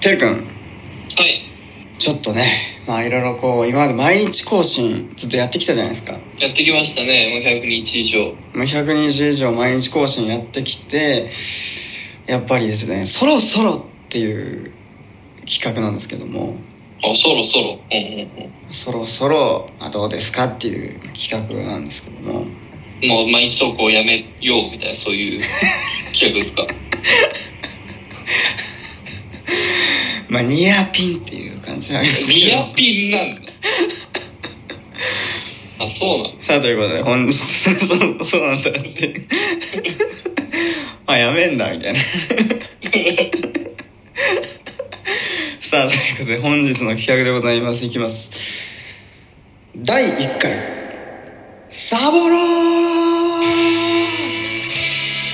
てるくん、はい。ちょっとね、まあいろいろこう、今まで毎日更新ずっとやってきたじゃないですか。やってきましたね。もう100日以上。まあ120以上毎日更新やってきて、やっぱりですね、そろそろっていう企画なんですけども、あ、そろそろ。うんうんそろそろ、まあ、どうですかっていう企画なんですけども、うん。もう毎日投稿やめようみたいな、そう いう企画ですか。まあニアピンっていう感じなんですけニど。アピン なんだ。あ、そうなんさあということで本日 そうそうなんだって あやめんだみたいな さあということで本日の企画でございますいきます第1回サボろう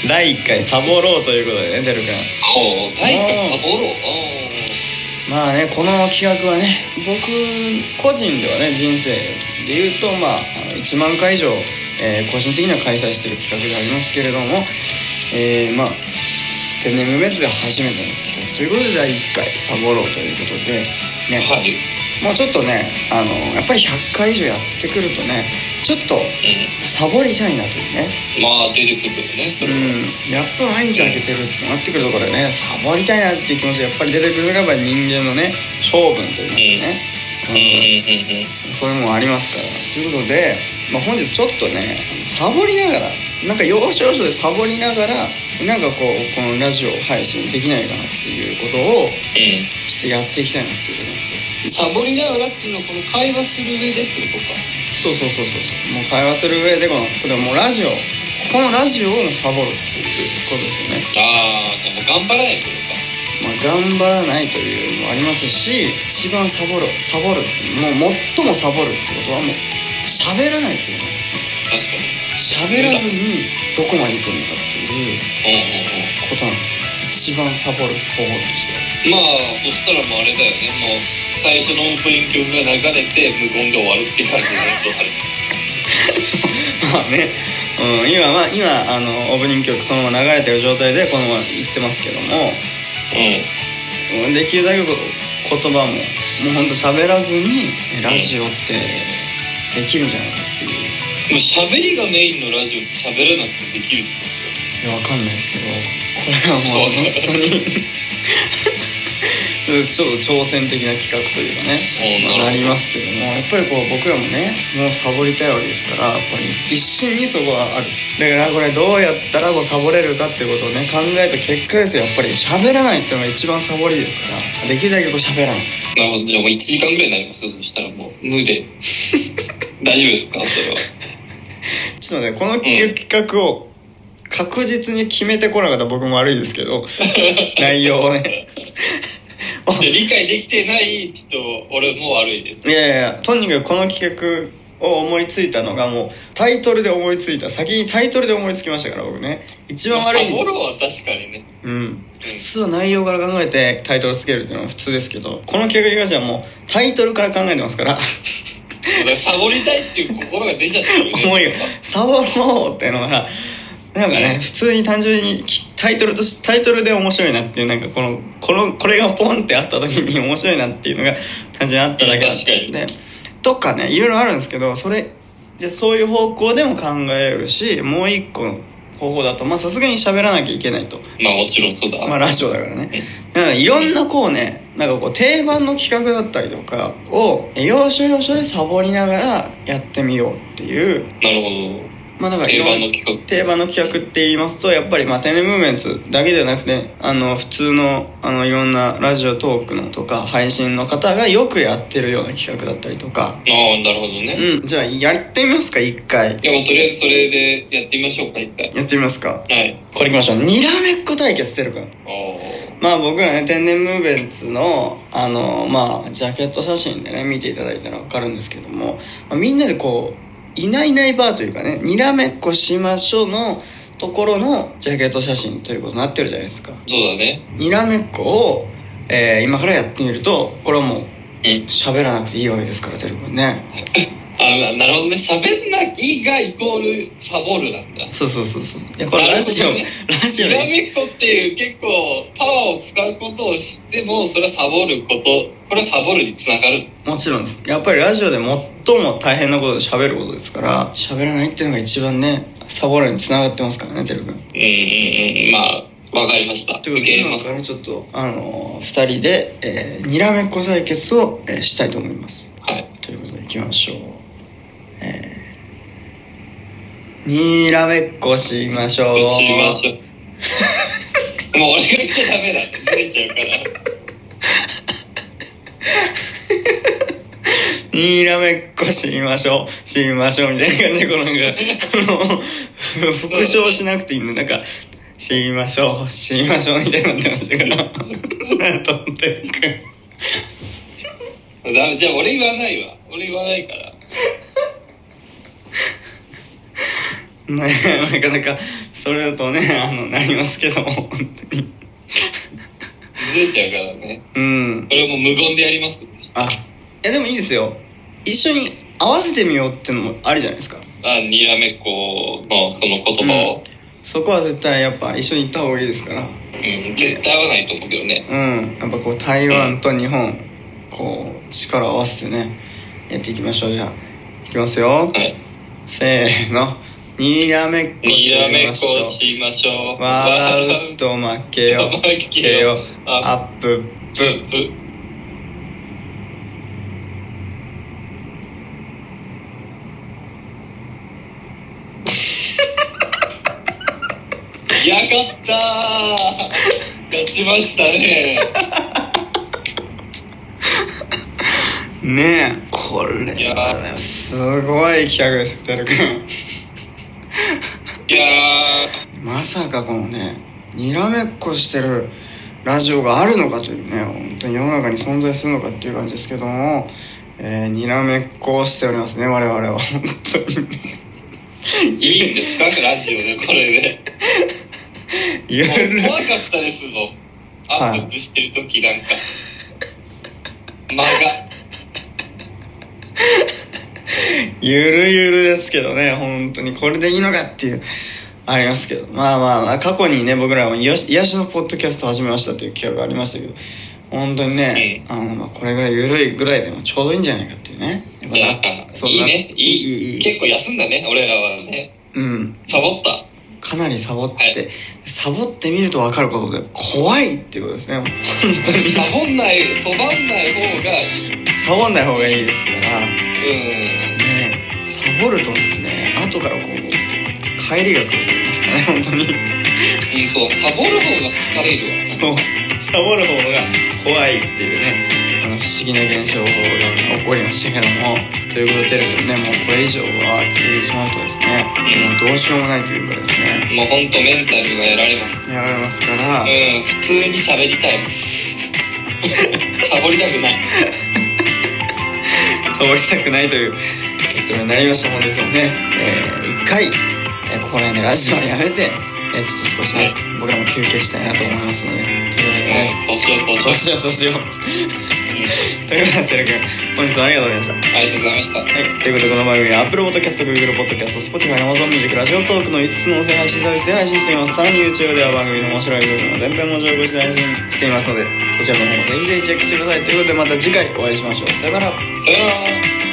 第1回サボろうということでねてるくんおー、はいうん、サボろう。まあねこの企画はね僕個人ではね人生で言うとまああの1万回以上、えー個人的には開催してる企画でありますけれども、えーまあ天然無滅で初めての企画ということで第1回サボろうということでね、おーはい。もうちょっとねあのやっぱり100回以上やってくるとねちょっとうサボりたいなというねん。まあ、出てくるよね、それは。うん、やっぱ毎日開けてるってなってくるところでねサボりたいなっていう気持ちがやっぱり出てくるのがやっぱり人間のね性分といいますかうんね、うん、そういううんうんうん。もんありますからということで、まあ、本日ちょっとねサボりながらなんか要所要所でサボりながらなんかこうこのラジオ配信できないかなっていうことをうちょっとやっていきたいなっていうことなんですよん。サボりながらっていうのは、この会話する上でってことか。そうそうそうそうそうもう会話する上でこのこれはもうラジオこのラジオをもうサボるっていうことですよねああ、でも頑張らないってことまか。あ、頑張らないというのもありますし一番サボるサボるもう最もサボるってことはもう喋らないって言います確かに。喋らずにどこまで行くのかっていううんうんこうん。となんですよ一番サボる方法として はまあそしたらもうあれだよねもう最初のオープニング曲が流れて無言が終わるっていう感じになりそうだねそうまあね、うん、今は今あのオープニング曲そのまま流れてる状態でこのまま行ってますけども、うんできるだけこう言葉ももうほんと喋らずにラジオってできるんじゃないかっていううんでも喋りがメインのラジオって喋らなくてもできるんですいよやわかんないですけどこれはもう本当に ちょっと挑戦的な企画というかねおまーあなるなりほどますけどもやっぱりこう僕らもねもうサボりたいわけですからやっぱり一心にそこはあるだからこれどうやったらこうサボれるかっていうことをね考えた結果ですよやっぱり喋らないっていうのが一番サボりですからできるだけこう喋らないなるほどじゃあもう1時間ぐらいになりますよそしたらもう 無で大丈夫ですかそれはちょっとねこの企画を確実に決めてこなかった僕も悪いですけ ど内容をね で理解できてないちょっと俺も悪いですいやいやとにかくこの企画を思いついたのがもうタイトルで思いついた先にタイトルで思いつきましたから僕ね一ま番あ悪サボい、ろうは確かにねうん、普通は内容から考えてタイトルつけるっていうのは普通ですけどこの企画に関してはもうタイトルから考えてますからだからサボりたいっていう心が出ちゃってる よね思いが「サボろう」っていうのはなんかね普通に単純にきタイトルとしタイトルで面白いなっていうなんかこのこのこれがポンってあった時に面白いなっていうのが単純にあっただけだったんでとかねいろいろあるんですけどそれじゃあそういう方向でも考えれるしもう一個の方法だとまあさすがに喋らなきゃいけないとまあもちろんそうだ、まあラジオだからねだからいろんなこうねなんかこう定番の企画だったりとかを要所要所でサボりながらやってみようっていうなるほどまあなんかい定ろん番の企画定番の企画って言いますとやっぱりまあ天然ムーブメンツだけじゃなくてあの普通のあのいろんなラジオトークのとか配信の方がよくやってるような企画だったりとか、ああなるほどね、うん、じゃあやってみますか一回でもとりあえずそれでやってみましょうか一回やってみますかはいこれいきましょうにらめっこ対決してるからあまあ僕らね天然ムーブメンツのあのまあジャケット写真でね見ていただいたら分かるんですけども、まあみんなでこういないいないバーというかねにらめっこしましょうのところのジャケット写真ということになってるじゃないですかそうだねにらめっこを、えー今からやってみるとこれはもううん喋らなくていいわけですからてるくんねあなるほどね喋んないがイコールサボるなんだそうそうそうそういやこれなるラほジオ、どねラジオにらでめっこっていう結構パワーを使うことをしてもそれはサボることこれはサボるにつながるもちろんですやっぱりラジオで最も大変なことで喋ることですから喋らないっていうのが一番ねサボるにつながってますからねてるくんうんうんうんまあわかりましたと受いうことけで入れ今まかすらちょっとあの2人で、えーにらめっこ対決を、えーしたいと思いますはいということでいきましょうえーにらめっこしましょうしましょ うもう俺が言っちゃダメだってずれちゃうからにらめっこしましょうしましょうみたいな感じでこのなんかあの復唱しなくていいんでなんかしましょうしましょうみたいになってましたからなんと思ってダメじゃあ俺言わないわ俺言わないからねなかなかそれだとねあのなりますけども本当にずれちゃうからねうんこれもう無言でやりますあいやでもいいですよ一緒に合わせてみようってのもあるじゃないですかあにらめっこのその言葉を、そこは絶対やっぱ一緒に行った方がいいですからうん絶対合わないと思うけどねうんやっぱこう台湾と日本、こう力を合わせてねやっていきましょうじゃあいきますよはいせーのにらめっこにしらめっまこしょうしましょう笑うと負けよ負けけよよアップブブやかったー勝ちましたねねえこれいやはねすごい企画ですよてるくいやんまさかこのねにらめっこしてるラジオがあるのかというね本当に世の中に存在するのかっていう感じですけども、えーにらめっこをしておりますね我々は本当にーいいんですかラジオでこれでゆ もうる怖かったですもんアップしてる時なんか間がゆるゆるですけどね本当にこれでいいのかっていうありますけどまあまあまあ過去にね僕らも癒し癒しのポッドキャスト始めましたという企画がありましたけど本当にね、あのまあこれぐらいゆるいぐらいでもちょうどいいんじゃないかっていうねやっじゃぱなあいいなねいいいいい結構休んだね俺らはねうんサボったかなりサボって、はいサボってみると分かることで怖いっていうことですね本当にサボんない、そばんない方がいい。うん。サボんない方がいいですからねサボるとですね後からこう帰りが来ると言いますかね本当にうん、そう、サボる方が疲れるわ。そうサボる方が怖いっていうねあの不思議な現象が起こりましたけどもということでねもうこれ以上は続いてしまうとですねもうどうしようもないというかですねもうほんとメンタルがやられます。やられますからうん、普通に喋り たい。サボりたくない。サボりたくないという結論になりましたもんですよね、えー、一回、えーここら辺でラジオはやめて、えーちょっと少しね僕らも休憩したいなと思いますのでということでねうん、そうしよう、そうそしようしようそうしようということでてるくん本日はありがとうございましう。ありがとうございました。たはいということでこの番組は Apple Podcast、Google Podcast、Spotify、AmazonMusic、ラジオトークの5つの音声配信サービスで配信していますさらに YouTube では番組の面白い部分を全編文字起こしで配信していますのでこちらの方もぜひぜひチェックしてくださいということでまた次回お会いしましょうさよならさよなら。